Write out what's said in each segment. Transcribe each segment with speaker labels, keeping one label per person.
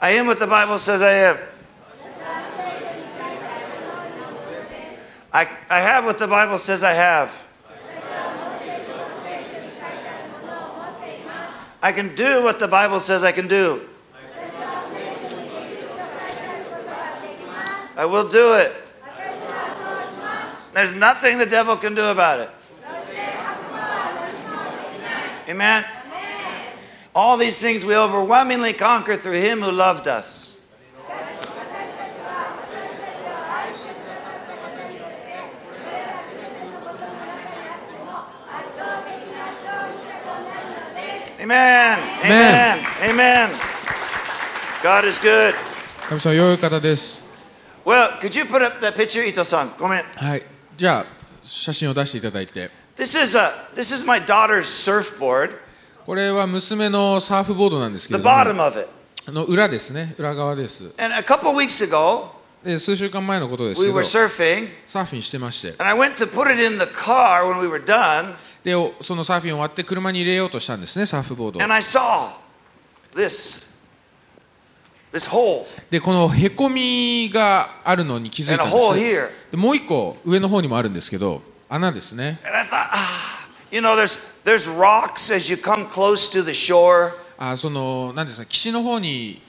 Speaker 1: I am what the Bible says I am. I, I have what the Bible says I have. I can do what the Bible says I can do. I will do it. There's nothing the devil can do about it. Amen. All these things we overwhelmingly conquer through him who loved us. Amen. Amen. Amen. God is good.
Speaker 2: 神様、良い方です。
Speaker 1: Well, could you put up that picture, Ito-san? Comment.
Speaker 2: はい。じゃあ、写真を出していただいて。
Speaker 1: This is a this is my daughter's surfboard.
Speaker 2: これは娘のサーフボードなんですけ
Speaker 1: The
Speaker 2: れども、あ
Speaker 1: bottom of it.
Speaker 2: の裏ですね、裏側です。
Speaker 1: And a couple weeks ago,
Speaker 2: で、数週間前のことです
Speaker 1: we
Speaker 2: け
Speaker 1: were
Speaker 2: ど、サ
Speaker 1: surfing,
Speaker 2: ーフィンしてまして、
Speaker 1: and I went to put it in the car when we were done,
Speaker 2: で、おそのサーフィンを割って車に入れようとしたんですね、サーフボードを
Speaker 1: and I saw this this hole
Speaker 2: で、このへこみがあるのに気づ
Speaker 1: and
Speaker 2: い
Speaker 1: a
Speaker 2: たんで
Speaker 1: hole
Speaker 2: す。
Speaker 1: here,
Speaker 2: でもう一個、上の方にもあるんですけど、穴ですね。
Speaker 1: and I thought, ah, you know, there's there's rocks as you come close to the shore.
Speaker 2: あその、なんですか、岸の方に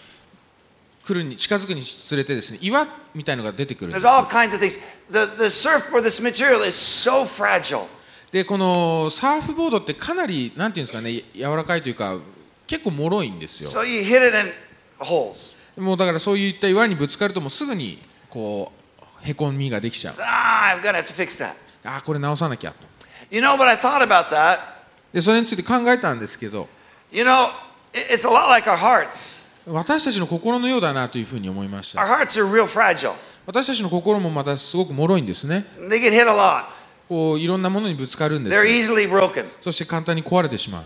Speaker 2: 来るに、近づくにつれてですね、岩みたいのが出てくるんで
Speaker 1: There's
Speaker 2: す。
Speaker 1: all kinds of things. The the surfboard, this material is so fragile.
Speaker 2: でこのサーフボードってかなりなんていうんですかねや柔らかいというか結構脆いんですよ
Speaker 1: So you hit it in holes.
Speaker 2: もうだからそういった岩にぶつかるともうすぐにこうへこみができちゃう
Speaker 1: Ah, I'm gonna have to fix that.
Speaker 2: ああこれ直さなきゃと
Speaker 1: You know what I thought about that?
Speaker 2: でそれについて考えたんですけど
Speaker 1: You know, it- it's a lot like our hearts.
Speaker 2: 私たちの心のようだなというふうに思いまし
Speaker 1: Our
Speaker 2: た
Speaker 1: hearts are real fragile.
Speaker 2: 私たちの心もまたすごく脆いんですね
Speaker 1: They get hit a lot.
Speaker 2: こういろんなものにぶつかるんで
Speaker 1: They're
Speaker 2: す
Speaker 1: easily broken.
Speaker 2: そして簡単に壊れてしまう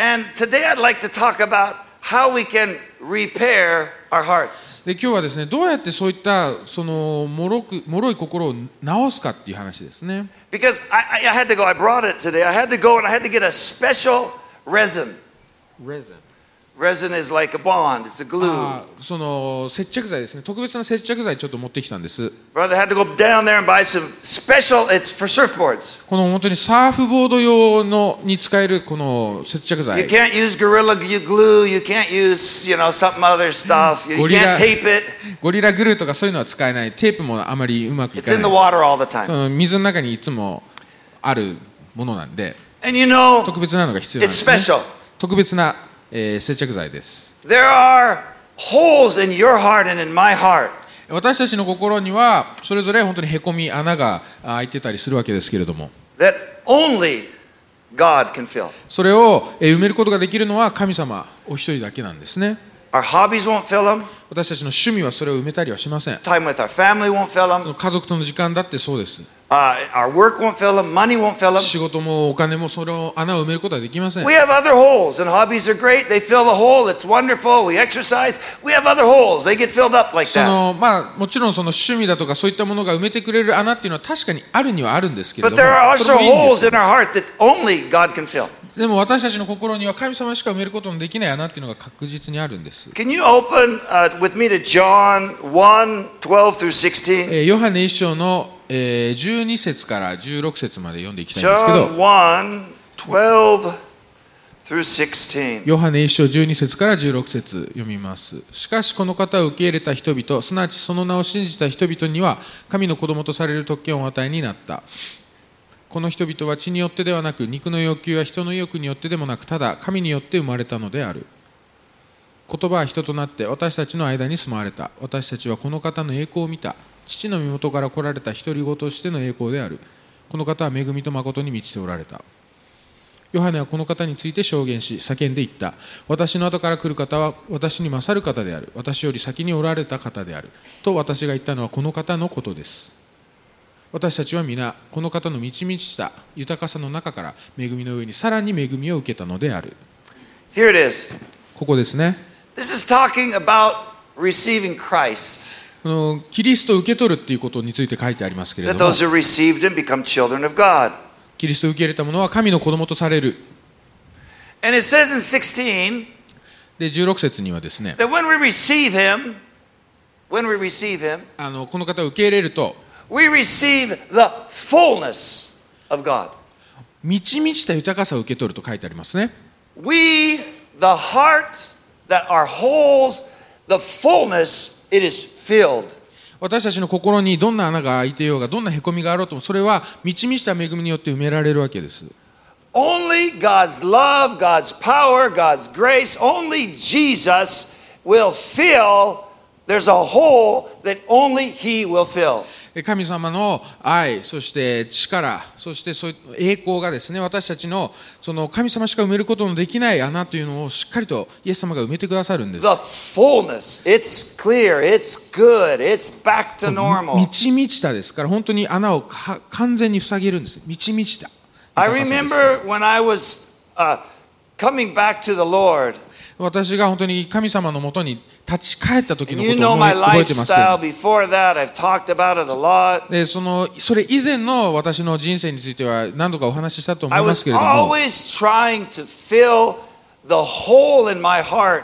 Speaker 1: And today I'd like to talk about how we can repair our hearts.
Speaker 2: で今日はですねどうやってそういったその脆く脆い心を直すかっていう話ですね
Speaker 1: Because I, I, I had to go, I brought it today. I had to go and I had to get a special resin. Resin is like a bond, it's a glue.
Speaker 2: あーその接着剤ですね特別な接着剤ちょっと持ってきたんです
Speaker 1: Brother had to go down there and buy some special, it's for surfboards.
Speaker 2: この本当にサーフボード用のに使えるこの接着
Speaker 1: You
Speaker 2: 剤
Speaker 1: can't use Gorilla Glue, you can't use, you know, something other stuff. You, you can't
Speaker 2: Gorilla-
Speaker 1: tape it,
Speaker 2: ゴリラグルーとかそういうのは使えないテープもあまりうまくい
Speaker 1: it's
Speaker 2: か
Speaker 1: in
Speaker 2: な
Speaker 1: the
Speaker 2: い
Speaker 1: water all the time.
Speaker 2: その水の中にいつもあるものなんで
Speaker 1: And you know,
Speaker 2: 特別なのが必要なん
Speaker 1: it's
Speaker 2: です、ね、
Speaker 1: special.
Speaker 2: 特別な、えー接着剤です
Speaker 1: There are holes in your heart and in my heart.
Speaker 2: 私たちの心にはそれぞれ本当にへこみ穴があ開いてたりするわけですけれども
Speaker 1: that only God can fill.
Speaker 2: それを、えー埋めることができるのは神様お一人だけなんですね
Speaker 1: Our hobbies won't fill them.
Speaker 2: 私たちの趣味はそれを埋めたりはしません
Speaker 1: Time with our family won't fill them.
Speaker 2: 家族との時間だってそうです。
Speaker 1: Uh, our work won't fill them. Money won't fill them.
Speaker 2: 仕事もお金もその穴を埋めることはできません
Speaker 1: We。have other holes, and hobbies are great. They fill the hole. It's wonderful. We exercise. We have other holes. They get filled up like
Speaker 2: そ
Speaker 1: that.
Speaker 2: のまあ、もちろんその趣味だとかそういったものが埋めてくれる穴っていうのは確かにあるにはあるんですけれ
Speaker 1: But
Speaker 2: ど
Speaker 1: there are
Speaker 2: も
Speaker 1: also
Speaker 2: それもいいんで
Speaker 1: holes
Speaker 2: すよ
Speaker 1: in our heart that only God can fill.
Speaker 2: でも私たちの心には神様しか埋めることのできない穴っていうのが確実にあるんです、
Speaker 1: Can you open uh, with me to John 1 12 through 16?
Speaker 2: えーヨハネ一章の、えー12節から16節まで読んでいきたいんですけ
Speaker 1: John
Speaker 2: ど
Speaker 1: 1 12 through 16.
Speaker 2: ヨハネ一章12節から16節読みます。しかしこの方を受け入れた人々、すなわちその名を信じた人々には、神の子供とされる特権をお与えになった。この人々は血によってではなく、肉の要求や人の意欲によってでもなく、ただ神によって生まれたのである。言葉は人となって私たちの間に住まわれた。私たちはこの方の栄光を見た。父の身元から来られた独り言としての栄光である。この方は恵みと誠に満ちておられた。ヨハネはこの方について証言し叫んでいった私の後から来る方は私に勝る方である私より先におられた方であると私が言ったのはこの方のことです私たちは皆この方の満ち満ちた豊かさの中から恵みの上にさらに恵みを受けたのである
Speaker 1: Here it is.
Speaker 2: ここですね
Speaker 1: This is talking about receiving Christ.
Speaker 2: このキリストを受け取るっていうことについて書いてありますけれ
Speaker 1: That
Speaker 2: ども
Speaker 1: those who received him become children of God.
Speaker 2: キリストを受け入れた者は神の子供とされる
Speaker 1: And it says in 16,
Speaker 2: で16節にはですね
Speaker 1: That when we receive Him, when we receive Him,
Speaker 2: あのこの方を受け入れると
Speaker 1: we receive the fullness of God.
Speaker 2: 満ち満ちた豊かさを受け取ると書いてありますね
Speaker 1: We, the heart that are holes, the fullness, it is filled.
Speaker 2: 私たちの心にどんな穴が開いてようがどんなへこみがあろうともそれは満ち満ちた恵みによって埋められるわけです
Speaker 1: Only God's love, God's power, God's grace, only Jesus will fill. There's a hole that only He will fill.
Speaker 2: え神様の愛そして力そしてそういう栄光がですね私たちのその神様しか埋めることのできない穴というのをしっかりとイエス様が埋めてくださるんです
Speaker 1: The fullness. It's clear. It's good. It's back to
Speaker 2: 満
Speaker 1: normal.
Speaker 2: ち満ちたですから本当に穴をか完全に塞げるんです満ち満ちた
Speaker 1: I
Speaker 2: 豊かさです
Speaker 1: remember when I was uh, coming back to the Lord.
Speaker 2: 私が本当に神様のもとに立ち返った時
Speaker 1: And
Speaker 2: の
Speaker 1: you
Speaker 2: ことを
Speaker 1: know
Speaker 2: 思い
Speaker 1: my
Speaker 2: 覚えてますけど
Speaker 1: lifestyle before that. I've talked about it a lot.
Speaker 2: でそのそれ以前の私の人生については何度かお話ししたと思
Speaker 1: I
Speaker 2: いますけ
Speaker 1: was
Speaker 2: れども
Speaker 1: always trying to fill the hole in my heart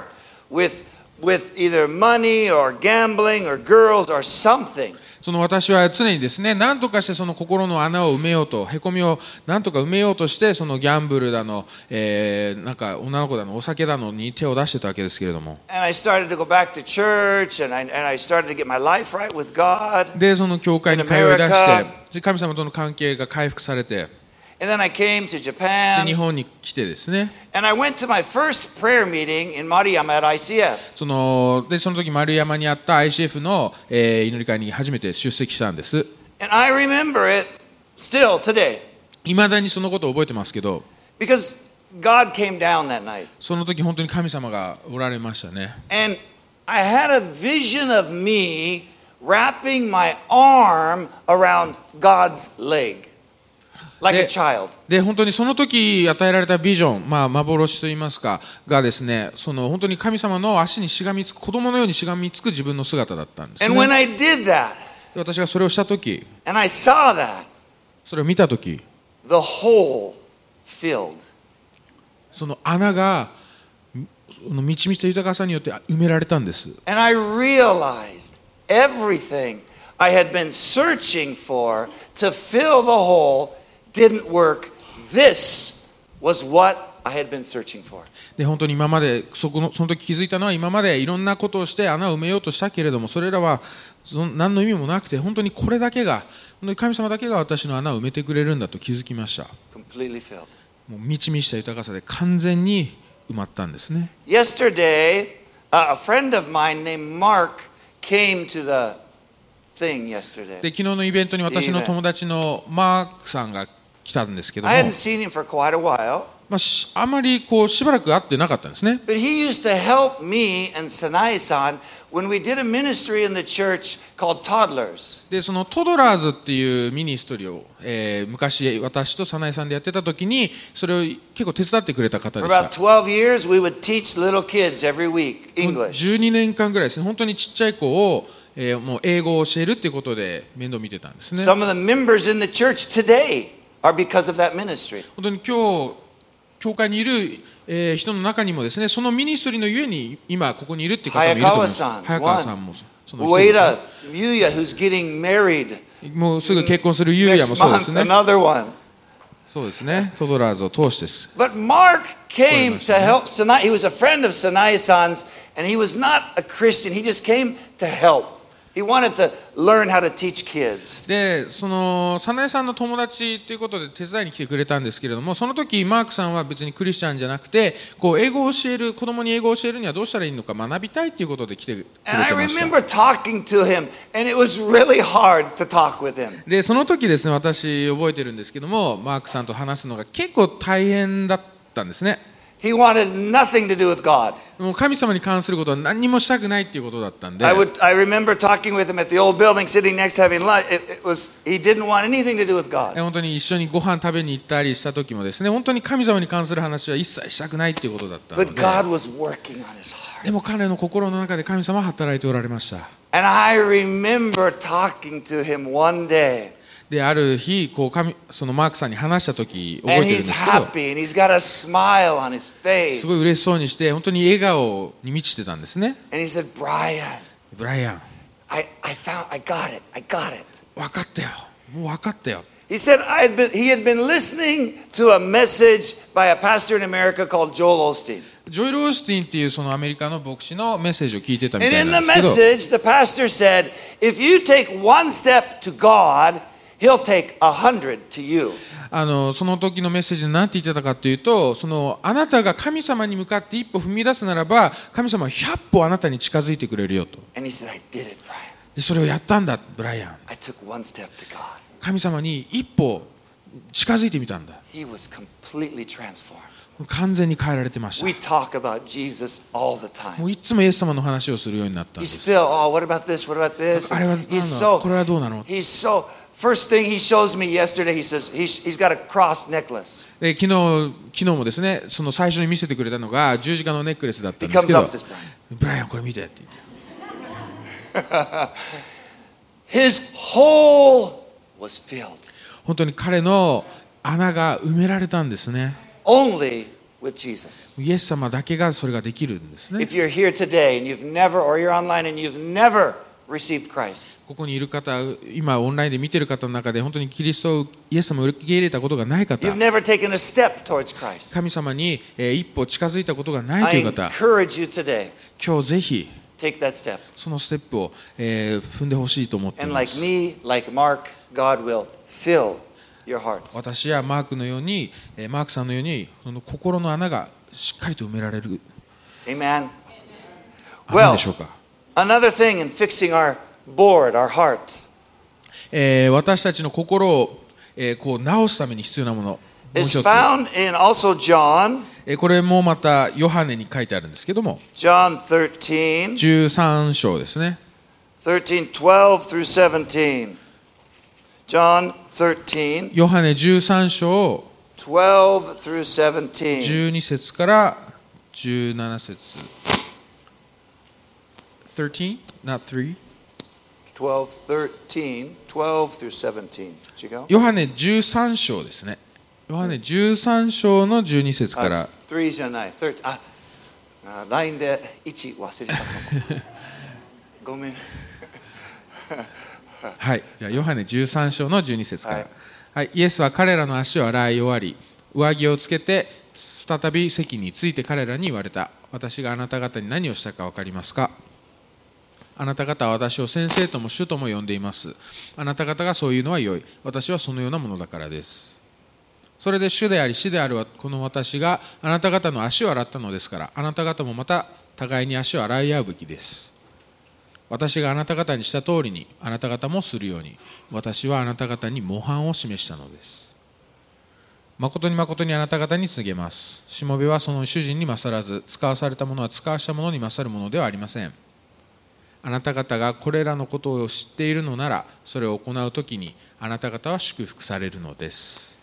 Speaker 1: with with either money or gambling or girls or something.
Speaker 2: その私は常にですね何とかしてその心の穴を埋めようとへこみを何とか埋めようとしてそのギャンブルだの、えーなんか女の子だのお酒だのに手を出してたわけですけれども
Speaker 1: And I started to go back to church and I, and I started to get my life right with God.
Speaker 2: でその教会に通い
Speaker 1: In
Speaker 2: 出
Speaker 1: America
Speaker 2: してで神様との関係が回復されて
Speaker 1: And then I came to
Speaker 2: で日
Speaker 1: Japan
Speaker 2: 本に来てですね
Speaker 1: and I went to my first prayer meeting in Mariyama at ICF.
Speaker 2: そのでその時丸山にあった ICF の、えー祈り会に初めて出席したんです
Speaker 1: And I remember it still today
Speaker 2: いまだにそのことを覚えてますけど
Speaker 1: because God came down that night.
Speaker 2: その時本当に神様がおられましたね
Speaker 1: And I had a vision of me wrapping my arm around God's leg like a
Speaker 2: Yeah.
Speaker 1: child.
Speaker 2: で本当にその時与えられたビジョン、まあ、幻といいますかがですねその本当に神様の足にしがみつく子供のようにしがみつく自分の姿だったんです、
Speaker 1: And when
Speaker 2: ね、
Speaker 1: I did that
Speaker 2: で私がそれをした時
Speaker 1: and I saw that,
Speaker 2: それを見た時
Speaker 1: the hole filled.
Speaker 2: その穴がみその満ち満ちた豊かさによって埋められたんです
Speaker 1: And I realized everything I had been searching for to fill the hole didn't work. This was what I had been searching for.
Speaker 2: で本当に今までそこのその時気づいたのは今までいろんなことをして穴を埋めようとしたけれどもそれらはその何の意味もなくて本当にこれだけが本当に神様だけが私の穴を埋めてくれるんだと気づきました
Speaker 1: Completely filled.
Speaker 2: もう満ち満ちた豊かさで完全に埋まったんですね
Speaker 1: Yesterday, uh, a friend of mine named Mark came to the thing
Speaker 2: で
Speaker 1: yesterday.
Speaker 2: 昨日のイベントに私の友達のマークさんが来たんですけども
Speaker 1: I、hadn't seen him for quite a while,
Speaker 2: まあ、しあまりこうしばらく会ってなかったんですね
Speaker 1: but he used to help me and Sanai-san when we did a ministry in the church called Toddlers.
Speaker 2: でそのトドラーズっていうミニストリーを、えー昔私と早苗さんでやってた時にそれを結構手伝ってくれた方
Speaker 1: For
Speaker 2: でした
Speaker 1: about 12 years, we would teach little kids every week
Speaker 2: もう
Speaker 1: English.
Speaker 2: 12年間ぐらいですね本当にちっちゃい子を、えーもう英語を教えるっていうことで面倒見てたんですね
Speaker 1: Some of the members in the church today are because of that ministry.
Speaker 2: 本当に今日教会にいる、えー人の中にもですねそのミニストリーのゆえに今ここにいるっていう方もいると思います
Speaker 1: 早川さん
Speaker 2: 早川さんもその一人です
Speaker 1: Ueda Yuya, who's getting married
Speaker 2: もうすぐ結婚するゆうやも
Speaker 1: next
Speaker 2: そうで
Speaker 1: month,
Speaker 2: すね
Speaker 1: another one.
Speaker 2: そうですねトドラーズを通してです
Speaker 1: But Mark came to
Speaker 2: わかりましたね。
Speaker 1: help Sinai. He was a friend of Sinai San's, and he was not a Christian. He just came to help. He wanted to learn how to teach kids.
Speaker 2: でその早苗さんの友達ということで手伝いに来てくれたんですけれどもその時マークさんは別にクリスチャンじゃなくてこう英語を教える子供に英語を教えるにはどうしたらいいのか学びたいということで来てくれて
Speaker 1: And I
Speaker 2: ました
Speaker 1: remember talking to him, and it was really hard to talk with him.
Speaker 2: でその時ですね私覚えてるんですけどもマークさんと話すのが結構大変だったんですね
Speaker 1: He wanted nothing to do with God.
Speaker 2: もう神様に関することは何にもしたくないっていうことだったんで
Speaker 1: I would. I remember talking with him at the old building, sitting next to having lunch. It, it was. He didn't want anything to do with God.
Speaker 2: え本当に一緒にご飯食べに行ったりした時もですね本当に神様に関する話は一切したくないっていうことだったの
Speaker 1: But
Speaker 2: で
Speaker 1: God was working on his heart.
Speaker 2: でも彼の心の中で神様は働いておられました
Speaker 1: And I remember talking to him one day.
Speaker 2: である日こう神そのマークさんに話した時覚え
Speaker 1: And
Speaker 2: て
Speaker 1: he's
Speaker 2: るんですけど
Speaker 1: happy and he's got a smile on his face.
Speaker 2: すごい嬉しそうにして本当に笑顔に満ちてたんですね
Speaker 1: And he said, Brian,
Speaker 2: ブライアン
Speaker 1: I, I found, I got it, I got it.
Speaker 2: 分かったよもう分かったよ
Speaker 1: He said I had been, he had been listening to a message by a pastor in America called Joel Osteen.
Speaker 2: ジョイル・オースティンっていうそのアメリカの牧師のメッセージを聞いてたみ
Speaker 1: And
Speaker 2: たい
Speaker 1: in
Speaker 2: な
Speaker 1: the
Speaker 2: んです
Speaker 1: message,
Speaker 2: けど
Speaker 1: the pastor said, if you take one step to God, he'll take a hundred to you.
Speaker 2: あのその時のメッセージで何て言ってたかっていうとそのあなたが神様に向かって一歩踏み出すならば神様は100歩あなたに近づいてくれるよと
Speaker 1: And he said, I did it, Brian.
Speaker 2: でそれをやったんだブライアン
Speaker 1: I took one step to God.
Speaker 2: 神様に一歩近づいてみたんだ
Speaker 1: He was completely transformed.
Speaker 2: 完全に変えられてました
Speaker 1: We talk about Jesus all the time.
Speaker 2: もういつもイエス様の話をするようになったんで
Speaker 1: He's
Speaker 2: す
Speaker 1: still, oh, what about this? What about this?
Speaker 2: あれは
Speaker 1: He's
Speaker 2: 何だ
Speaker 1: so
Speaker 2: これはどうなの
Speaker 1: He's so. First thing he shows me yesterday, he says he's, he's got a cross necklace.
Speaker 2: で昨日昨日もですねその最初に見せてくれたのが十字架のネックレスだったん
Speaker 1: He
Speaker 2: ですけ
Speaker 1: comes
Speaker 2: ど
Speaker 1: up and says, "Brian,
Speaker 2: ブライアンこれ見てって言って
Speaker 1: his whole was filled
Speaker 2: 本当に彼の穴が埋められたんですね
Speaker 1: only with Jesus.
Speaker 2: イエス様だけがそれができるんですね
Speaker 1: If you're here today and you've never, or you're online and you've never received Christ,
Speaker 2: ここにいる方今オンラインで見てる方の中で本当にキリストをイエス様を受け入れたことがない方
Speaker 1: you've never taken a step towards Christ,
Speaker 2: 神様に、えー一歩近づいたことがない
Speaker 1: I
Speaker 2: という方
Speaker 1: encourage you today,
Speaker 2: 今日ぜひ
Speaker 1: take that step.
Speaker 2: そのステップを、えー踏んでほしいと思ってい
Speaker 1: And
Speaker 2: ま
Speaker 1: like
Speaker 2: す
Speaker 1: me, like Mark, God will fill your heart.
Speaker 2: 私やマークのように、えーマークさんのようにその心の穴がしっかりと埋められる
Speaker 1: Amen.
Speaker 2: 穴
Speaker 1: Well,
Speaker 2: でしょうか、
Speaker 1: Another thing in fixing our board, our heart,
Speaker 2: えー私たちの心を、えーこう直すために必要なものもう
Speaker 1: is
Speaker 2: 一つ、
Speaker 1: found in also John,
Speaker 2: えーこれもまたヨハネに書いてあるんですけども
Speaker 1: John 13,
Speaker 2: 13章ですね
Speaker 1: 13, 12 through 17. John 13,
Speaker 2: ヨハネ13章
Speaker 1: 12 through 17.
Speaker 2: 12節から17節13 not 3
Speaker 1: 12, 13, 12 through 17. Did you go?
Speaker 2: ヨハネ13章ですねヨハネ13章の12節から
Speaker 1: Ah, three じゃない。13あ、あ LINE で1忘れたかも。ごめん。
Speaker 2: はい、じゃあヨハネ13章の12節から、
Speaker 1: は
Speaker 2: はいいイエスは彼らの足を洗い終わり上着をつけて再び席について彼らに言われた私があなた方に何をしたか分かりますかあなた方は私を先生とも主とも呼んでいますあなた方がそういうのは良い私はそのようなものだからですそれで主であり死であるこの私があなた方の足を洗ったのですからあなた方もまた互いに足を洗い合うべきです私があなた方にした通りにあなた方もするように私はあなた方に模範を示したのです誠に誠にあなた方に告げますしもべはその主人に勝らず使わされたものは使わしたものに勝るものではありませんあなた方がこれらのことを知っているのならそれを行うときにあなた方は祝福されるのです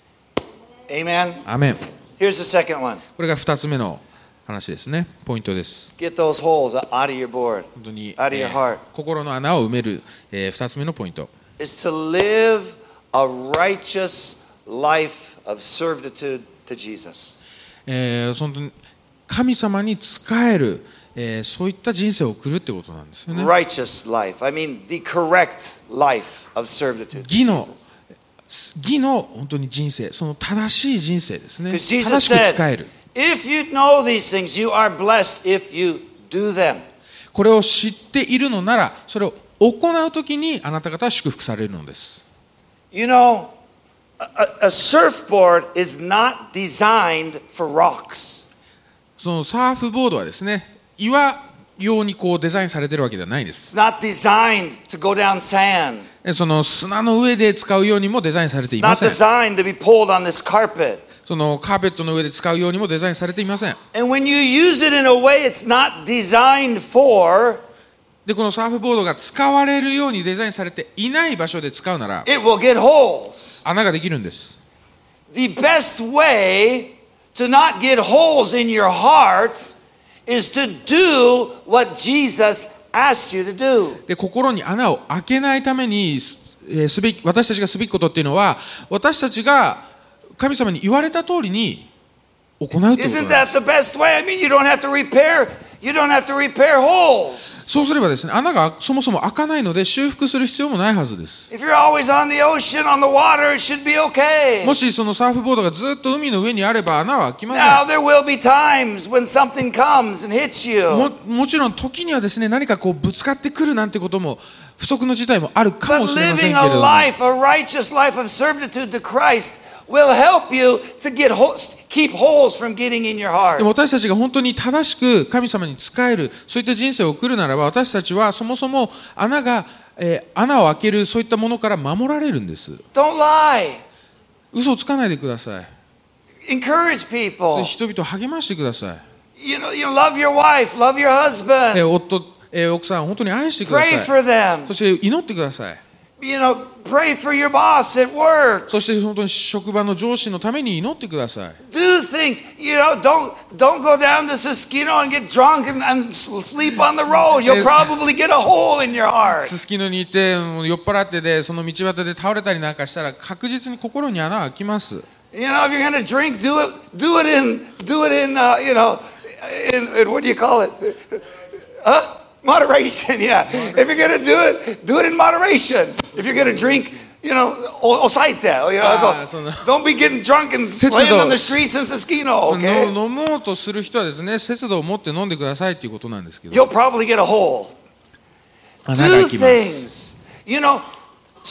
Speaker 1: Amen.
Speaker 2: アメン
Speaker 1: Here's the second one.
Speaker 2: これが2つ目の話ですねポイントです
Speaker 1: Get those holes out of your board.
Speaker 2: 本当に、
Speaker 1: Out of your
Speaker 2: えー
Speaker 1: heart.
Speaker 2: 心の穴を埋める、え2つ目のポイント
Speaker 1: is to live a righteous life of servitude to Jesus.
Speaker 2: えー、その神様に仕える、えーそういった人生を送るってことなんですよね。
Speaker 1: Righteous life. I mean, the correct life of servitude.
Speaker 2: 義の義の本当に人生、その正しい人生ですね。
Speaker 1: Because
Speaker 2: 正
Speaker 1: Jesus
Speaker 2: しく仕え
Speaker 1: said,
Speaker 2: る。
Speaker 1: if you know these things, you are blessed if you do them.
Speaker 2: これを知っているのなら、それを行うときにあなた方は祝福されるのです。
Speaker 1: You know, a, a- a surfboard is not designed for rocks.
Speaker 2: そのサーフボードはですね、岩用にこうデザインされてるわけではないんです。
Speaker 1: It's not designed to go down sand.
Speaker 2: えその砂の上で使うようにもデザインされて
Speaker 1: It's
Speaker 2: いま
Speaker 1: not
Speaker 2: せん。
Speaker 1: designed to be pulled on this carpet.
Speaker 2: そのカーペットの上で使うようにもデザインされていません。
Speaker 1: And when you use it in a way it's not designed for,
Speaker 2: でこのサーフボードが使われるようにデザインされていない場所で使うなら
Speaker 1: it will get holes.
Speaker 2: 穴ができるんです、
Speaker 1: The best way to not get holes in your heart is to do what Jesus asked you to do.
Speaker 2: で心に穴を開けないためにすえーすべき私たちがすべきことっていうのは私たちが神様に言われた通りに行うということなんです
Speaker 1: Isn't that the best way? I mean, you don't have to repair. You don't have to repair holes.
Speaker 2: そうすればですね穴がそもそも開かないので修復する必要もないはずです
Speaker 1: If you're always on the ocean, on the water, it should be okay.
Speaker 2: もしそのサーフボードがずっと海の上にあれば穴は開きません
Speaker 1: Now there will be times when something comes and hits you.
Speaker 2: ももちろん時にはですね何かこうぶつかってくるなんてことも不測の事態もあるか
Speaker 1: But
Speaker 2: もしれませ
Speaker 1: living
Speaker 2: んけれ
Speaker 1: a
Speaker 2: ども
Speaker 1: life, a righteous life of servitude to Christ will help you to get ho- keep holes from getting in your
Speaker 2: で
Speaker 1: heart.
Speaker 2: も私たちが本当に正しく神様に仕えるそういった人生を送るならば私たちはそもそも穴が、えー穴を開けるそういったものから守られるんです
Speaker 1: Don't lie.
Speaker 2: 嘘をつかないでください
Speaker 1: Encourage
Speaker 2: そして
Speaker 1: people.
Speaker 2: 人々を励ましてください、
Speaker 1: You know, you love your wife, love your
Speaker 2: え
Speaker 1: husband.
Speaker 2: ー夫、えー奥さん本当に愛してくだ
Speaker 1: Pray
Speaker 2: さい
Speaker 1: for them.
Speaker 2: そして祈ってください
Speaker 1: You know, pray for your boss at work.
Speaker 2: そして本当に職場の上司のために祈ってください
Speaker 1: Do things. You know, don't don't go down to Siskino and get drunk and, and s- sleep on the road. You'll
Speaker 2: Yes.
Speaker 1: probably get a hole in your heart.
Speaker 2: すすきのにいてもう酔っ払ってでその道端で倒れたりなんかしたら確実に心に穴が開きます
Speaker 1: You know, if you're gonna drink, do it. Do it in. Do it in. Uh, you know, in, in what do you call it? Huh? Moderation. Yeah. If you're gonna do it, do it in moderation. If you're gonna drink, you know, o- osaita. You know,
Speaker 2: Ah,
Speaker 1: go-
Speaker 2: so no.
Speaker 1: don't be getting drunk and
Speaker 2: 節度。
Speaker 1: slaying on the streets in Siskino. Okay.
Speaker 2: の飲もうとする人はですね節度を持って飲んでくださいっていうことなんですけど
Speaker 1: You'll probably get a hole.
Speaker 2: 穴が
Speaker 1: do
Speaker 2: 開きます
Speaker 1: things. You know,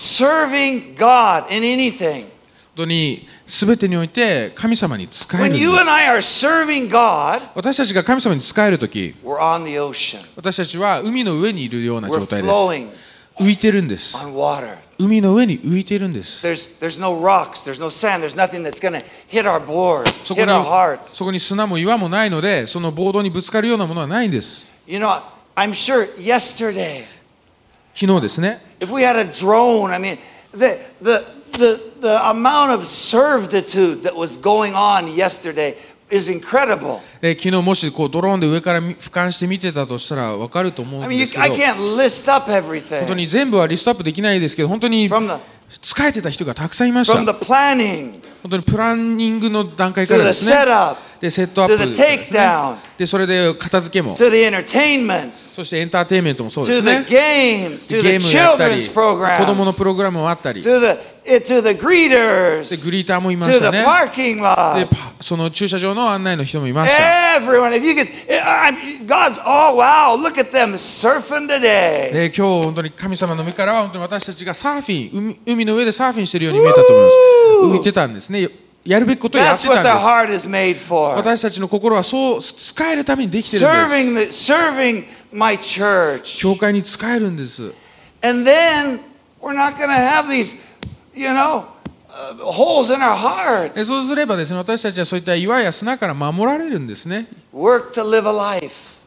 Speaker 1: serving God in anything.
Speaker 2: 本当に全てにおいて神様に仕え
Speaker 1: When
Speaker 2: るんです
Speaker 1: you and I are serving God,
Speaker 2: 私たちが神様に仕える時
Speaker 1: we're on the ocean.
Speaker 2: 私たちは海の上にいるような
Speaker 1: We're
Speaker 2: 状態です
Speaker 1: flowing
Speaker 2: 浮いてるんです
Speaker 1: on water.
Speaker 2: 海の上に浮いてるんです
Speaker 1: There's, there's no rocks, there's no sand, there's nothing that's going to hit our board,
Speaker 2: そこ
Speaker 1: hit
Speaker 2: に
Speaker 1: our hearts.
Speaker 2: そこに砂も岩もないのでそのボードにぶつかるようなものはないんです
Speaker 1: You know, I'm sure yesterday,
Speaker 2: 昨日ですね
Speaker 1: if we had a drone, I mean, the, the, the, the amount of servitude that was going on yesterday is incredible.
Speaker 2: えー昨日もしこうドローンで上からみ俯瞰して見てたとしたら分かると思う
Speaker 1: I
Speaker 2: ん
Speaker 1: mean,
Speaker 2: で
Speaker 1: you,
Speaker 2: すけど
Speaker 1: I
Speaker 2: 本
Speaker 1: can't list up
Speaker 2: 当
Speaker 1: everything
Speaker 2: に全部はリストアップできないですけど本当に
Speaker 1: from the,
Speaker 2: 使えてた人がたくさんいました
Speaker 1: from the
Speaker 2: 本
Speaker 1: planning
Speaker 2: 当にプランニングの段階
Speaker 1: to
Speaker 2: からで
Speaker 1: the
Speaker 2: すね
Speaker 1: setup
Speaker 2: でセットアップ
Speaker 1: to the
Speaker 2: ですね
Speaker 1: takedown
Speaker 2: でそれで片付けも
Speaker 1: to the entertainments
Speaker 2: そしてエンターテインメントもそうで
Speaker 1: to
Speaker 2: す
Speaker 1: the
Speaker 2: ね
Speaker 1: games to
Speaker 2: ゲ
Speaker 1: Oh, the
Speaker 2: ームやったり
Speaker 1: children's
Speaker 2: 子供の
Speaker 1: programs
Speaker 2: プログラムもあったり
Speaker 1: to
Speaker 2: で
Speaker 1: the eh, to the greeters
Speaker 2: グリーターもいま
Speaker 1: to
Speaker 2: した
Speaker 1: the
Speaker 2: ね
Speaker 1: parking
Speaker 2: で
Speaker 1: lot
Speaker 2: パその駐車場の案内の人もいました
Speaker 1: everyone if you could eh, I'm- God's oh wow look at them surfing today
Speaker 2: で今日本当に神様の目からは本当に私たちがサーフィン海海の上でサーフィンしてるように見えたと思います浮いてたんですねやるべきことをやっ
Speaker 1: that's
Speaker 2: て
Speaker 1: what
Speaker 2: た
Speaker 1: their
Speaker 2: んです
Speaker 1: heart is made for
Speaker 2: 私たちの心はそう使えるためにできてるんです
Speaker 1: serving the serving my church
Speaker 2: 教会に使えるんです
Speaker 1: and then we're not going to have these you know uh, holes in our heart
Speaker 2: でそうすればですね私たちはそういった岩や砂から守られるんですね
Speaker 1: Work to live a life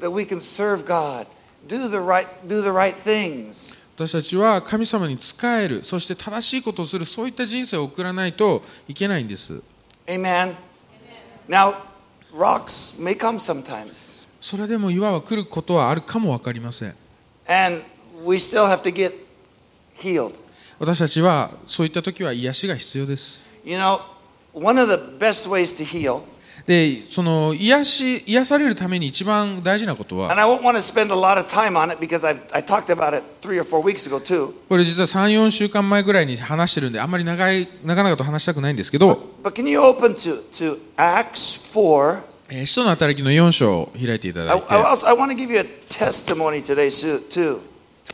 Speaker 1: that we can serve God, do the right, do the right things.
Speaker 2: 私たちは神様に仕えるそして正しいことをするそういった人生を送らないといけないんです
Speaker 1: Amen. Now, rocks may come sometimes,
Speaker 2: それでも岩は来ることはあるかも分かりません
Speaker 1: and we still have to get healed.
Speaker 2: 私たちはそういった時は癒しが必要です
Speaker 1: You know, one of the best ways to heal,
Speaker 2: でその癒し癒されるために一番大事なことは
Speaker 1: and I won't want to spend a lot of time on it because I've, I talked about it three or four weeks ago too.
Speaker 2: これ実は34週間前ぐらいに話してるんであんまり長い長々と話したくないんですけど
Speaker 1: But can you open to, to Acts 4?
Speaker 2: えー使徒の働きの4章を開いていた
Speaker 1: I,
Speaker 2: だいて
Speaker 1: I, also, I want to give you a testimony today Sue, too,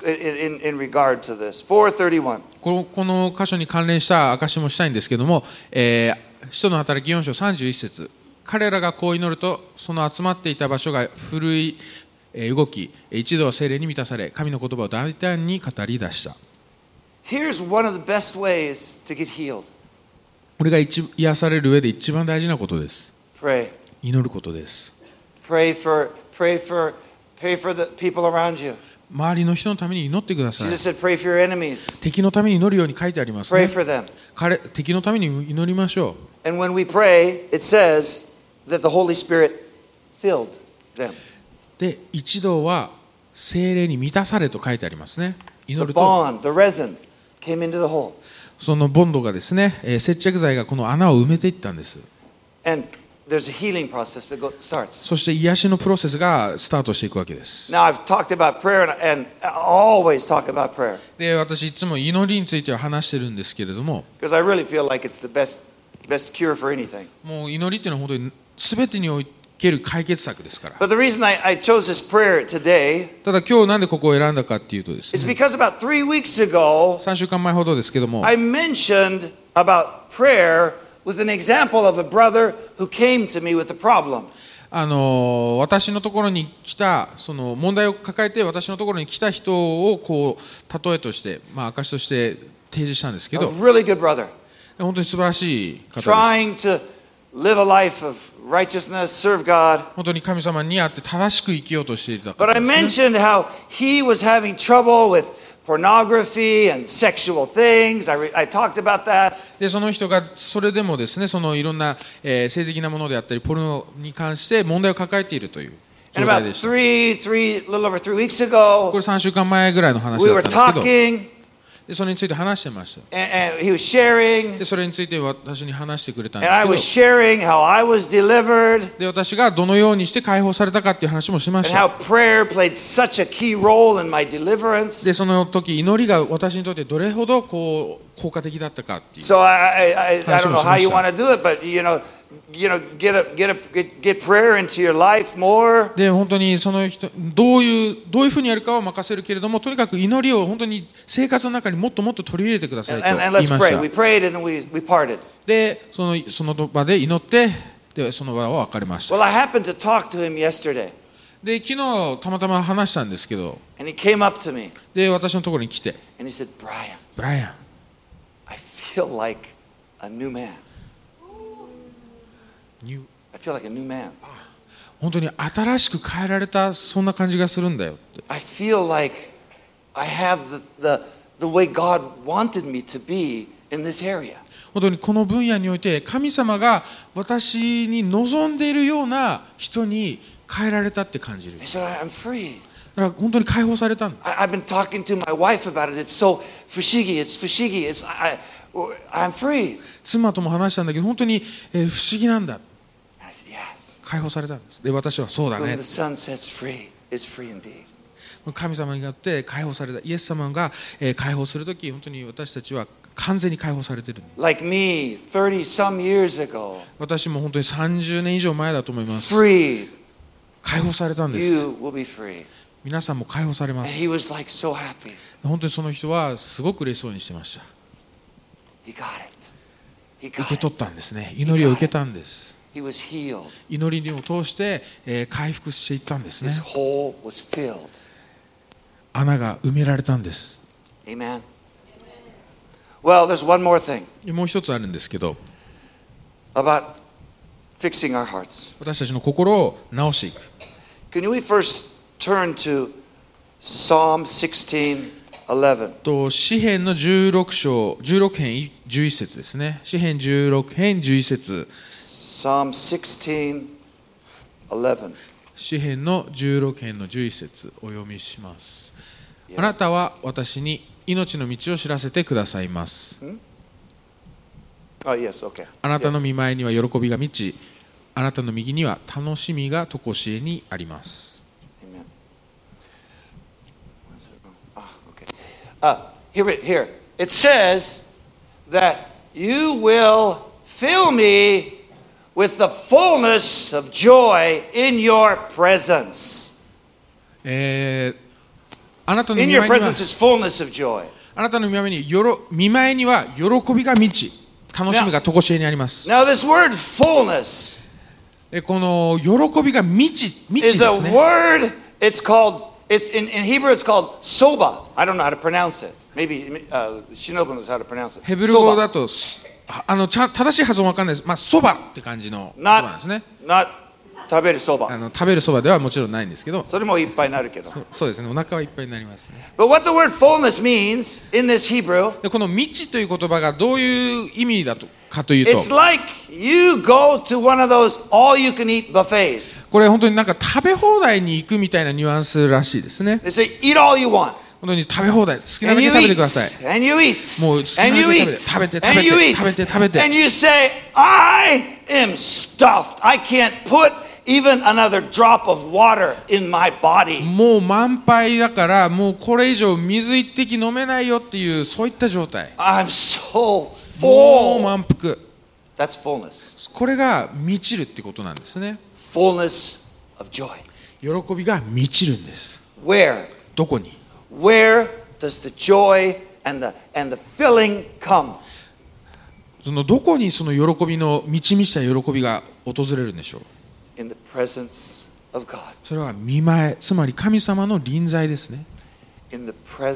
Speaker 1: in, in, in regard to this. 431.
Speaker 2: このこの箇所に関連した証もしたいんですけども、えー、使徒の働き4章31節彼らがこう祈るとその集まっていた場所が古い、えー動き一度は精霊に満たされ神の言葉を大胆に語り出した
Speaker 1: Here's one of the best ways to get healed.
Speaker 2: これが一癒される上で一番大事なことです
Speaker 1: Pray.
Speaker 2: 祈ることです
Speaker 1: Pray for pray for pray for the people around you.
Speaker 2: 周りの人のために祈ってください
Speaker 1: Jesus said, pray for your enemies.
Speaker 2: 敵のために祈るように書いてあります、
Speaker 1: Pray
Speaker 2: ね、
Speaker 1: for them.
Speaker 2: 彼敵のために祈りましょう
Speaker 1: And when we pray, it says that the Holy Spirit filled them.
Speaker 2: で一同は精霊に満たされと書いてありますね祈
Speaker 1: The
Speaker 2: ると
Speaker 1: bond, the resin came into the hole.
Speaker 2: そのボンドがですね、えー接着剤がこの穴を埋めていったんです
Speaker 1: And there's a healing process that go, starts.
Speaker 2: そして癒しのプロセスがスタートしていくわけです
Speaker 1: Now, I've talked about prayer, and, and I always talk about prayer
Speaker 2: で私いつも祈りについては話してるんですけれども
Speaker 1: because I really feel like it's the best, best cure for anything.
Speaker 2: もう祈りっていうのは本当に全てにおける解決策ですから
Speaker 1: But the reason I, I chose this prayer today
Speaker 2: ただ今日なんでここを選んだかっていうとです
Speaker 1: is
Speaker 2: ね
Speaker 1: because about three weeks ago,
Speaker 2: 3週間前ほどですけども
Speaker 1: I mentioned about prayer with an example of a brother who came to me with a problem.
Speaker 2: あの私のところに来たその問題を抱えて私のところに来た人をこう例えとして、まあ、証しとして提示したんですけ
Speaker 1: A
Speaker 2: ど
Speaker 1: really good brother
Speaker 2: 本当に素晴らしい方です
Speaker 1: trying to live a life of righteousness, serve God.
Speaker 2: 本当に神様にあって正しく生きようとしていた方
Speaker 1: But I
Speaker 2: ですね
Speaker 1: mentioned how he was having trouble with pornography and sexual things. I, re- I talked about that.
Speaker 2: でその人がそれでもですねそのいろんな、えー性的なものであったりポルノに関して問題を抱えているという
Speaker 1: And
Speaker 2: 状態
Speaker 1: about
Speaker 2: でしたこ
Speaker 1: three, three, little over three weeks ago,
Speaker 2: れ3週間前ぐらいの話
Speaker 1: we
Speaker 2: だ
Speaker 1: were
Speaker 2: ったんですけど
Speaker 1: talking
Speaker 2: でそれについて話してました
Speaker 1: and, and he was sharing,
Speaker 2: でそれについて私に話してくれたん
Speaker 1: and I
Speaker 2: で
Speaker 1: was
Speaker 2: す
Speaker 1: sharing how I was delivered.
Speaker 2: けどで私がどのようにして解放されたかっていう話もしまし
Speaker 1: and
Speaker 2: た
Speaker 1: how prayer played such a key role in my deliverance.
Speaker 2: でその時祈りが私にとってどれほどこう効果的だったかっていう
Speaker 1: So I, I, I, I don't know how you
Speaker 2: 話を
Speaker 1: want to
Speaker 2: しました。
Speaker 1: do it, but you know, you know, get a, get a, get, get prayer into your life more.
Speaker 2: で本当にその人どういうどういうふうにやるかは任せるけれどもとにかく祈りを本当に生活の中にもっともっと取り入れてください
Speaker 1: And,
Speaker 2: と言い
Speaker 1: and,
Speaker 2: ま
Speaker 1: let's
Speaker 2: し
Speaker 1: pray. We
Speaker 2: た
Speaker 1: prayed and we, we parted.
Speaker 2: でそのその場で祈ってでその場は別れました
Speaker 1: Well, I happened to talk to him yesterday,
Speaker 2: で昨日たまたま話したんですけど
Speaker 1: and he came up to me
Speaker 2: で私のところに来て
Speaker 1: and he said, "Brian,
Speaker 2: ブライアン
Speaker 1: I feel like a new man.
Speaker 2: ニュー
Speaker 1: I feel like a new man.
Speaker 2: 本当に新しく変えられたそんな感じがするんだよって
Speaker 1: I feel like I have the the, the way God wanted me to be in this area."
Speaker 2: 本当にこの分野において神様が私に望んでいるような人に変えられたって感じる
Speaker 1: He said, "I- "I'm free."
Speaker 2: だから本当に解放されたんだ
Speaker 1: I, I've been talking to my wife about it. It's so fushigi. It's fushigi. It's I, I, I'm free.
Speaker 2: 妻とも話したんだけど本当に、えー不思議なんだ
Speaker 1: And I said, yes.
Speaker 2: 解放されたんですで私はそうだ
Speaker 1: Whom
Speaker 2: ね
Speaker 1: the sun sets free is free indeed.
Speaker 2: 神様によって解放されたイエス様が、えー解放する時本当に私たちは完全に解放されてる
Speaker 1: Like me, 30 some years ago,
Speaker 2: 私も本当に30年以上前だと思います
Speaker 1: free,
Speaker 2: 解放されたんです
Speaker 1: you will be free.
Speaker 2: 皆さんも解放されま
Speaker 1: And
Speaker 2: す
Speaker 1: he was like so happy.
Speaker 2: 本当にその人はすごく嬉しそうにしてました
Speaker 1: He got it. He
Speaker 2: 受
Speaker 1: got
Speaker 2: け取った
Speaker 1: it.
Speaker 2: んですね祈りを受けたんです
Speaker 1: He was healed.
Speaker 2: 祈りを通して、えー回復していったんですね
Speaker 1: His hole was filled.
Speaker 2: 穴が埋められたんです
Speaker 1: Amen. Well, there's one more thing
Speaker 2: もう一つあるんですけど
Speaker 1: about fixing our hearts.
Speaker 2: 私たちの心を直していく
Speaker 1: Can we first turn to Psalm 16 11?
Speaker 2: と詩篇の16章16編11節ですね詩篇16編11節
Speaker 1: Psalm 16 11.
Speaker 2: 詩篇の16編の11節お読みします
Speaker 1: いや
Speaker 2: あなたは私に命の道を知らせてくださいます
Speaker 1: Oh, yes, okay.
Speaker 2: あなたの見前には喜びが満ちあなたの右には楽しみがとこしえにあります
Speaker 1: Amen. Why is it wrong? Ah, okay. Uh, here, it- here. It says that you will fill me with the fullness of joy in your presence.
Speaker 2: えーあなたの
Speaker 1: In
Speaker 2: 見
Speaker 1: your
Speaker 2: 前に
Speaker 1: presence
Speaker 2: は
Speaker 1: is fullness of joy.
Speaker 2: あなたの見前によろ見前には喜びが満ち楽しみがとこしえにあります、
Speaker 1: Now, this word fullness.
Speaker 2: えこの喜びが満ち満ち
Speaker 1: is
Speaker 2: で
Speaker 1: a
Speaker 2: すね
Speaker 1: word. It's called. It's in, in Hebrew. It's called soba. I don't know how to pronounce it. Maybe uh, Shinobu knows how to pronounce it.
Speaker 2: ヘブル語
Speaker 1: Soba.
Speaker 2: だとすああのちゃん正しい発音わかんないですまあそばって感じの言葉なんで
Speaker 1: Not
Speaker 2: すね
Speaker 1: not 食べる
Speaker 2: あ
Speaker 1: soba.
Speaker 2: の食べるそばではもちろんないんですけど
Speaker 1: それもいっぱいになるけど。
Speaker 2: そうですねお腹はいっぱいになりますね
Speaker 1: But what the word fullness means in this Hebrew,
Speaker 2: でこの満ちという言葉がどういう意味だとかというと
Speaker 1: it's like you go to one of those all-you-can-eat buffets.
Speaker 2: これ本当になんか食べ放題に行くみたいなニュアンスらしいですね
Speaker 1: They say eat all you want.
Speaker 2: 本本当に食べ放題好きなだ
Speaker 1: And
Speaker 2: け
Speaker 1: you
Speaker 2: 食べてください
Speaker 1: eat. And you eat.
Speaker 2: もう好きな
Speaker 1: And
Speaker 2: だ
Speaker 1: you
Speaker 2: け
Speaker 1: eat.
Speaker 2: 食べて
Speaker 1: And
Speaker 2: 食
Speaker 1: you
Speaker 2: べ
Speaker 1: eat.
Speaker 2: て食べて食べて食べ
Speaker 1: And
Speaker 2: て
Speaker 1: you say, I am stuffed. I can't put even another drop of water in my body.
Speaker 2: もう満杯だからもうこれ以上水一滴飲めないよっていうそういった状態
Speaker 1: I'm so
Speaker 2: もう
Speaker 1: full.
Speaker 2: 満腹
Speaker 1: That's fullness.
Speaker 2: これが満ちるってことなんですね
Speaker 1: Fullness of joy.
Speaker 2: 喜びが満ちるんです
Speaker 1: Where?
Speaker 2: どこに
Speaker 1: Where does the joy and the and the filling come?
Speaker 2: そのどこにその喜びの満ち満ちた喜びが訪れるんでしょう
Speaker 1: In the presence of God.
Speaker 2: それは見前つまり神様の臨在ですね
Speaker 1: In the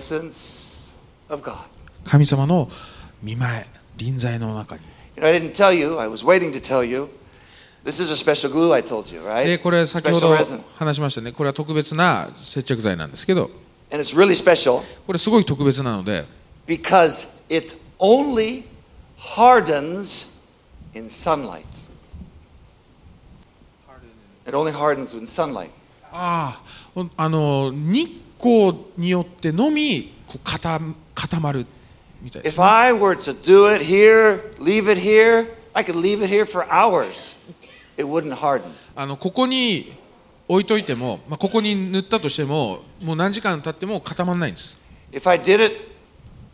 Speaker 1: presence of God.
Speaker 2: 神様の見前臨在の中に
Speaker 1: You know, I didn't tell you. I was waiting to tell you. This is a special glue I told you, right?
Speaker 2: でこれ先ほ
Speaker 1: special
Speaker 2: ど
Speaker 1: resin.
Speaker 2: 話しましたねこれは特別な接着剤なんですけど
Speaker 1: And it's really special
Speaker 2: これすごい特別なので
Speaker 1: because it only hardens in sunlight. It only hardens in sunlight.
Speaker 2: ああほんあの日光によってのみこう固固まるみたいです
Speaker 1: If I were to do it here, leave it here, I could leave it here for hours. It wouldn't harden.
Speaker 2: あのここに置いといても、まあ、ここに塗ったとしてももう何時間経っても固まらないんです
Speaker 1: If I did it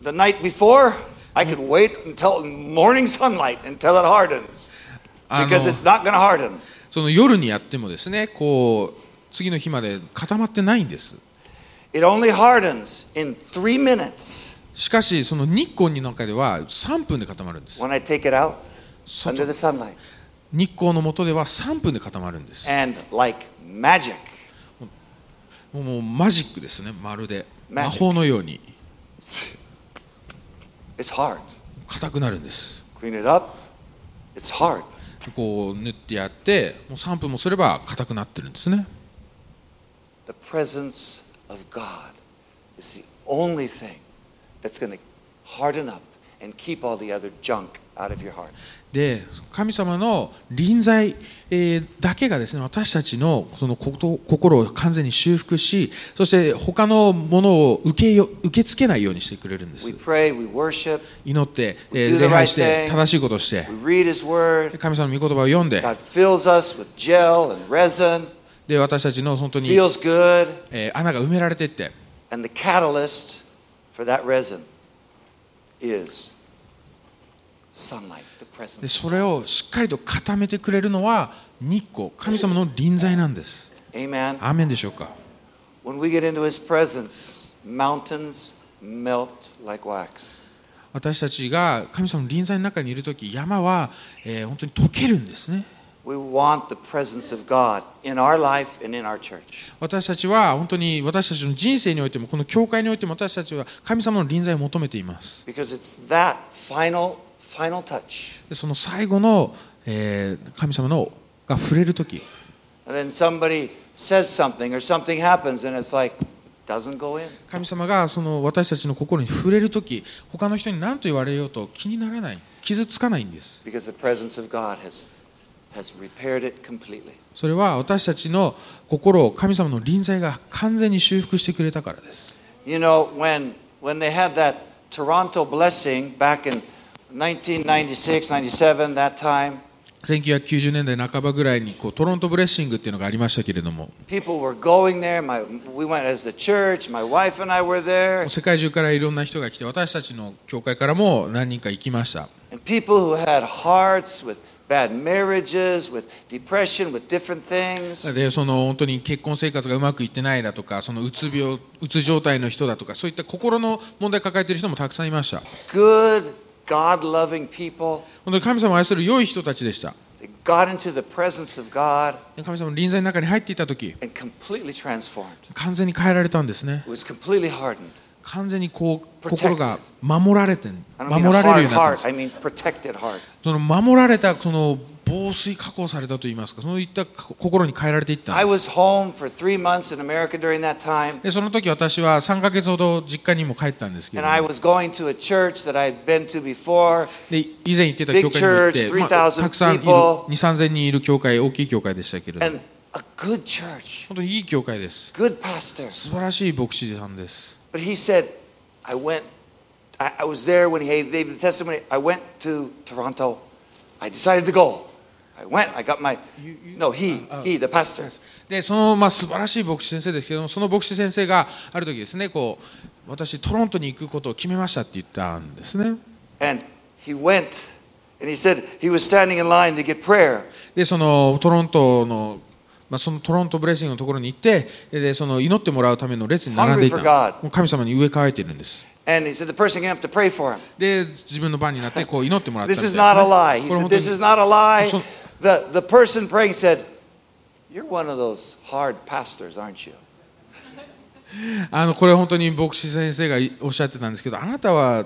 Speaker 1: the night before, I could wait until morning sunlight until it hardens
Speaker 2: あの
Speaker 1: because it's not going to harden.
Speaker 2: その夜にやってもですねこう次の日まで固まってないんです
Speaker 1: It only hardens in three minutes
Speaker 2: しかしその日光の中では3分で固まるんです
Speaker 1: when I take it out
Speaker 2: 外
Speaker 1: under the sunlight.
Speaker 2: 日光の下では3分で固まるんです
Speaker 1: And like magic,
Speaker 2: もうもうマジックですねまるで魔
Speaker 1: Magic
Speaker 2: 法のように
Speaker 1: it's hard.
Speaker 2: 硬くなるんです
Speaker 1: Clean it up, it's hard.
Speaker 2: こう塗ってやってもう3分もすれば硬くなってるんですね
Speaker 1: The presence of God is the only thing that's going to harden up and keep all the other junk out of your heart.
Speaker 2: で神様の臨在、えーだけがですね私たちのそのこと心を完全に修復しそして他のものを受けよ受け付けないようにしてくれるんです
Speaker 1: We pray, we worship,
Speaker 2: 祈って、
Speaker 1: We
Speaker 2: え
Speaker 1: do
Speaker 2: ー
Speaker 1: the
Speaker 2: 礼拝し
Speaker 1: right
Speaker 2: て
Speaker 1: thing.
Speaker 2: 正しいことをして
Speaker 1: we read His Word.
Speaker 2: 神様の御言葉を読んで
Speaker 1: God fills us with gel and resin,
Speaker 2: で私たちの本当に、
Speaker 1: feels good,
Speaker 2: えー穴が埋められていって
Speaker 1: and the catalyst for that resin is sunlight, the
Speaker 2: で
Speaker 1: presence.
Speaker 2: それをしっかりと固めてくれるのは日光神様の臨在なんです
Speaker 1: Amen.
Speaker 2: アーメンでしょうか
Speaker 1: When we get into His presence, mountains melt like wax.
Speaker 2: 私たちが神様の臨在の中にいる時山は、えー本当に溶けるんですね
Speaker 1: We want the presence of God in our life and in our church.
Speaker 2: 私たちは本当に私たちの人生においてもこの教会においても私たちは神様の臨在を求めています
Speaker 1: Because it's that final, final touch.
Speaker 2: でその最後の、えー神様のが触れる時
Speaker 1: And then somebody says something or something happens and it's like, it doesn't go in.
Speaker 2: 神様がその私たちの心に触れる時他の人に何と言われようと気にならない傷つかないんです
Speaker 1: Because the presence of God has, has repaired it completely.
Speaker 2: それは私たちの心を神様の臨在が完全に修復してくれたからです
Speaker 1: You know, when, when they had that Toronto blessing back in 1996, 97, that time,
Speaker 2: 1990年代半ばぐらいにこうトロントブレッシングっていうのがありましたけれども
Speaker 1: people were going there. My, we went as the church, my wife and I were there.
Speaker 2: 世界中からいろんな人が来て私たちの教会からも何人か行きました
Speaker 1: And people who had hearts with bad marriages, with depression, with different things.
Speaker 2: でその本当に結婚生活がうまくいってないだとかそのうつ病うつ状態の人だとかそういった心の問題を抱えている人もたくさんいました
Speaker 1: Good, God loving people.
Speaker 2: 本当に神様を愛する良い人たちでした
Speaker 1: They got into the presence of God
Speaker 2: で神様の臨在の中に入っていた時
Speaker 1: and completely transformed.
Speaker 2: 完全に変えられたんですね
Speaker 1: It was completely hardened.
Speaker 2: 完全にこう
Speaker 1: Protected.
Speaker 2: 心が守られて
Speaker 1: I
Speaker 2: 守
Speaker 1: don't mean
Speaker 2: ら
Speaker 1: a
Speaker 2: れる
Speaker 1: hard
Speaker 2: ようになったんで
Speaker 1: heart,
Speaker 2: す
Speaker 1: I mean protected heart.
Speaker 2: その守られたその防水加工されたといいますかそういった心に変えられていったん
Speaker 1: I
Speaker 2: です
Speaker 1: was home for three months in America during that time,
Speaker 2: でその時私は3ヶ月ほど実家にも帰ったんですけ
Speaker 1: and
Speaker 2: ど
Speaker 1: I was going to a church that I had been to before.
Speaker 2: で以前行ってた教会にも行って、
Speaker 1: Big church,
Speaker 2: まあ、たくさんい
Speaker 1: 3,000
Speaker 2: る
Speaker 1: people
Speaker 2: 2 3 0 0人いる教会大きい教会でしたけれども
Speaker 1: And a good church,
Speaker 2: 本当にいい教会です
Speaker 1: good pastor.
Speaker 2: 素晴らしい牧師さんです
Speaker 1: But he said, I went, I, I was there when he gave gave the testimony. I went to Toronto. I decided to go. I went, I got my, no, he,
Speaker 2: oh.
Speaker 1: he, the pastor.
Speaker 2: でその、まあ、素晴らしい牧師先生ですけどもその牧師先生がある時ですねこう私トロントに行くことを決めましたって言ったんですね
Speaker 1: And he went, and he said he was standing in line to get prayer.
Speaker 2: でそのトロントの、まあ、そのトロントブレッシングのところに行ってででその祈ってもらうための列に並んでいた
Speaker 1: Hungry for God.
Speaker 2: もう神様に植え替えてるんです
Speaker 1: And he said the person came up to pray for him.
Speaker 2: で自分の番になって こう祈ってもらったみ
Speaker 1: This
Speaker 2: たい
Speaker 1: is
Speaker 2: ですね
Speaker 1: not a lie. He said, This is not a
Speaker 2: これ本当に
Speaker 1: lie.
Speaker 2: So-
Speaker 1: The, the person praying said, You're one of those hard pastors, aren't you?
Speaker 2: あのこれ本当に牧師先生がいおっしゃってたんですけどあなたは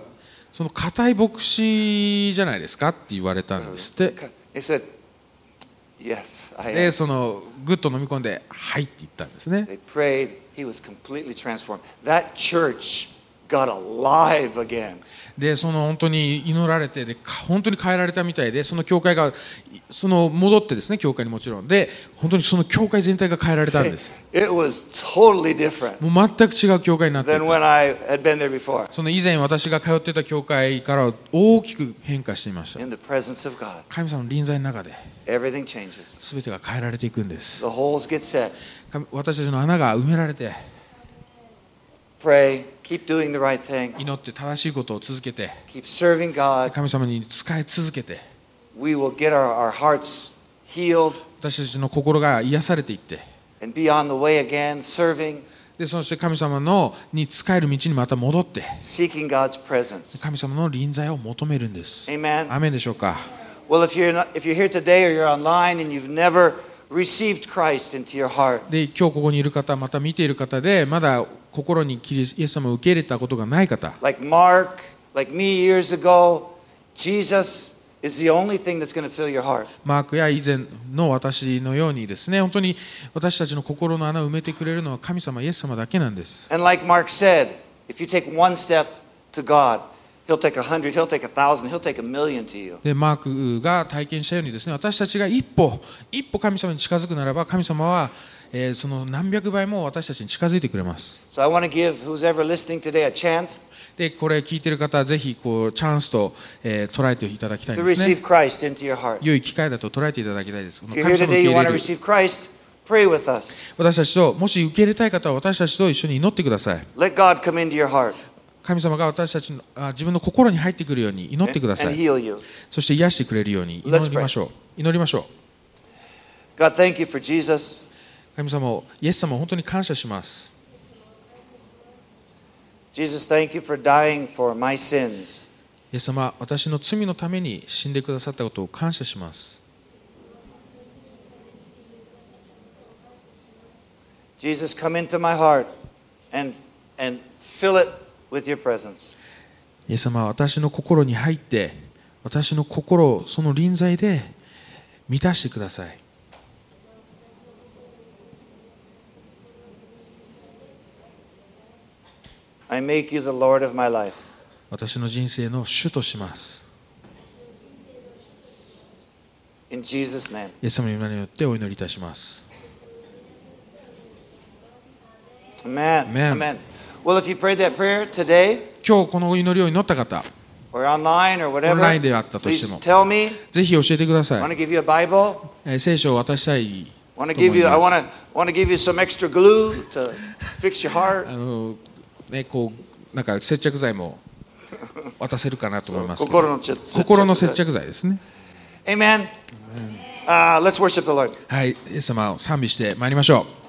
Speaker 2: その硬い牧師じゃないですかって言われたんですって
Speaker 1: He said, Yes, I
Speaker 2: で
Speaker 1: am.
Speaker 2: そのぐっと飲み込んで「はい」って言ったんですね
Speaker 1: They prayed. He was completely transformed. That church got alive again.
Speaker 2: でその本当に祈られてでか本当に変えられたみたいでその教会がいその戻ってですね教会にもちろんで本当にその教会全体が変えられたんです
Speaker 1: It was totally different
Speaker 2: もう全く違う教会になってい
Speaker 1: than
Speaker 2: た
Speaker 1: when I had been there before.
Speaker 2: その以前私が通ってた教会から大きく変化していました
Speaker 1: In the presence of God,
Speaker 2: 神様の臨在の中で
Speaker 1: everything changes.
Speaker 2: 全てが変えられていくんです
Speaker 1: The holes get set.
Speaker 2: 神私たちの穴が埋められて
Speaker 1: Pray. Keep doing the right thing.
Speaker 2: 祈って正しいことを続けて
Speaker 1: Keep serving God.
Speaker 2: 神様に仕え続けて
Speaker 1: We will get our, our hearts healed
Speaker 2: 私たちの心が癒されていって
Speaker 1: and be on the way again, serving,
Speaker 2: でそして神様のに仕える道にまた戻って
Speaker 1: seeking God's presence.
Speaker 2: 神様の臨在を求めるんです。
Speaker 1: Amen.
Speaker 2: アメンでしょうか
Speaker 1: Well, if you're, not, if you're here today or you're online and you've never received Christ into your heart,
Speaker 2: で今日ここにいる方また見ている方でまだ心にキリスイエス様を受け入れたことがない方
Speaker 1: like Mark, like me years ago, Jesus is the only thing that's going to fill your heart.
Speaker 2: マークや以前の私のようにですね本当に私たちの心の穴を埋めてくれるのは神様イエス様だけなんです
Speaker 1: And like Mark said, if you take one step to God, He'll take a hundred, He'll take a thousand, He'll take a million to you.
Speaker 2: でマークが体験したようにですね私たちが一歩一歩神様に近づくならば神様は、えーその何百倍も私たちに近づいてくれます
Speaker 1: So I want to give who's ever listening today a chance
Speaker 2: でこれ聞いてる方はぜひこうチャンスと、えー捉えていただきたい
Speaker 1: to
Speaker 2: んですね
Speaker 1: receive Christ into your heart.
Speaker 2: 良い機会だと捉えていただきたいです。
Speaker 1: If you're here
Speaker 2: 神様を
Speaker 1: today,
Speaker 2: 受け
Speaker 1: you
Speaker 2: 入
Speaker 1: want
Speaker 2: れ
Speaker 1: to
Speaker 2: る
Speaker 1: receive Christ, pray with us.
Speaker 2: 私たちと、もし受け入れたい方は私たちと一緒に祈ってください。
Speaker 1: Let God come into your heart
Speaker 2: 神様が私たちのあ自分の心に入ってくるように祈っ
Speaker 1: and,
Speaker 2: てくださ
Speaker 1: and
Speaker 2: い。
Speaker 1: heal you.
Speaker 2: そして癒してくれるように
Speaker 1: Let's
Speaker 2: 祈りましょう。祈りましょ
Speaker 1: God, thank you for Jesus.
Speaker 2: う。神様を、イエス様を本当に感謝します。
Speaker 1: Jesus, thank you for dying for my sins.
Speaker 2: イエス様、私の罪のために死んでくださったことを感謝します。
Speaker 1: Jesus, come into my heart and, and fill it with your presence.
Speaker 2: イエス様は私の心に入って、私の心をその臨在で満たしてください。
Speaker 1: I make you the Lord of my life.
Speaker 2: 私の人生の主とします。
Speaker 1: In Jesus' name.
Speaker 2: イエス様の皆によってお祈りいたします。
Speaker 1: Amen.
Speaker 2: Amen.
Speaker 1: Well, if you prayed that prayer today
Speaker 2: 今日この祈りを祈った方、
Speaker 1: or online or whatever,
Speaker 2: オンラインであったとしても。
Speaker 1: please tell me.
Speaker 2: ぜひ教えてくだ
Speaker 1: I
Speaker 2: さ
Speaker 1: want
Speaker 2: い。
Speaker 1: to give you a Bible.
Speaker 2: えー聖書を渡したい
Speaker 1: I want to give you. I
Speaker 2: と思います。
Speaker 1: want to. Want to give you some extra glue to fix your
Speaker 2: あ
Speaker 1: heart.
Speaker 2: の、ね、こうなんか接着剤も渡せるかなと思いますけど。 心の接
Speaker 1: 心の接着。
Speaker 2: 着剤ですね。
Speaker 1: Amen. Uh, let's worship the Lord.
Speaker 2: はい、イエス様を賛美してまいりましょう。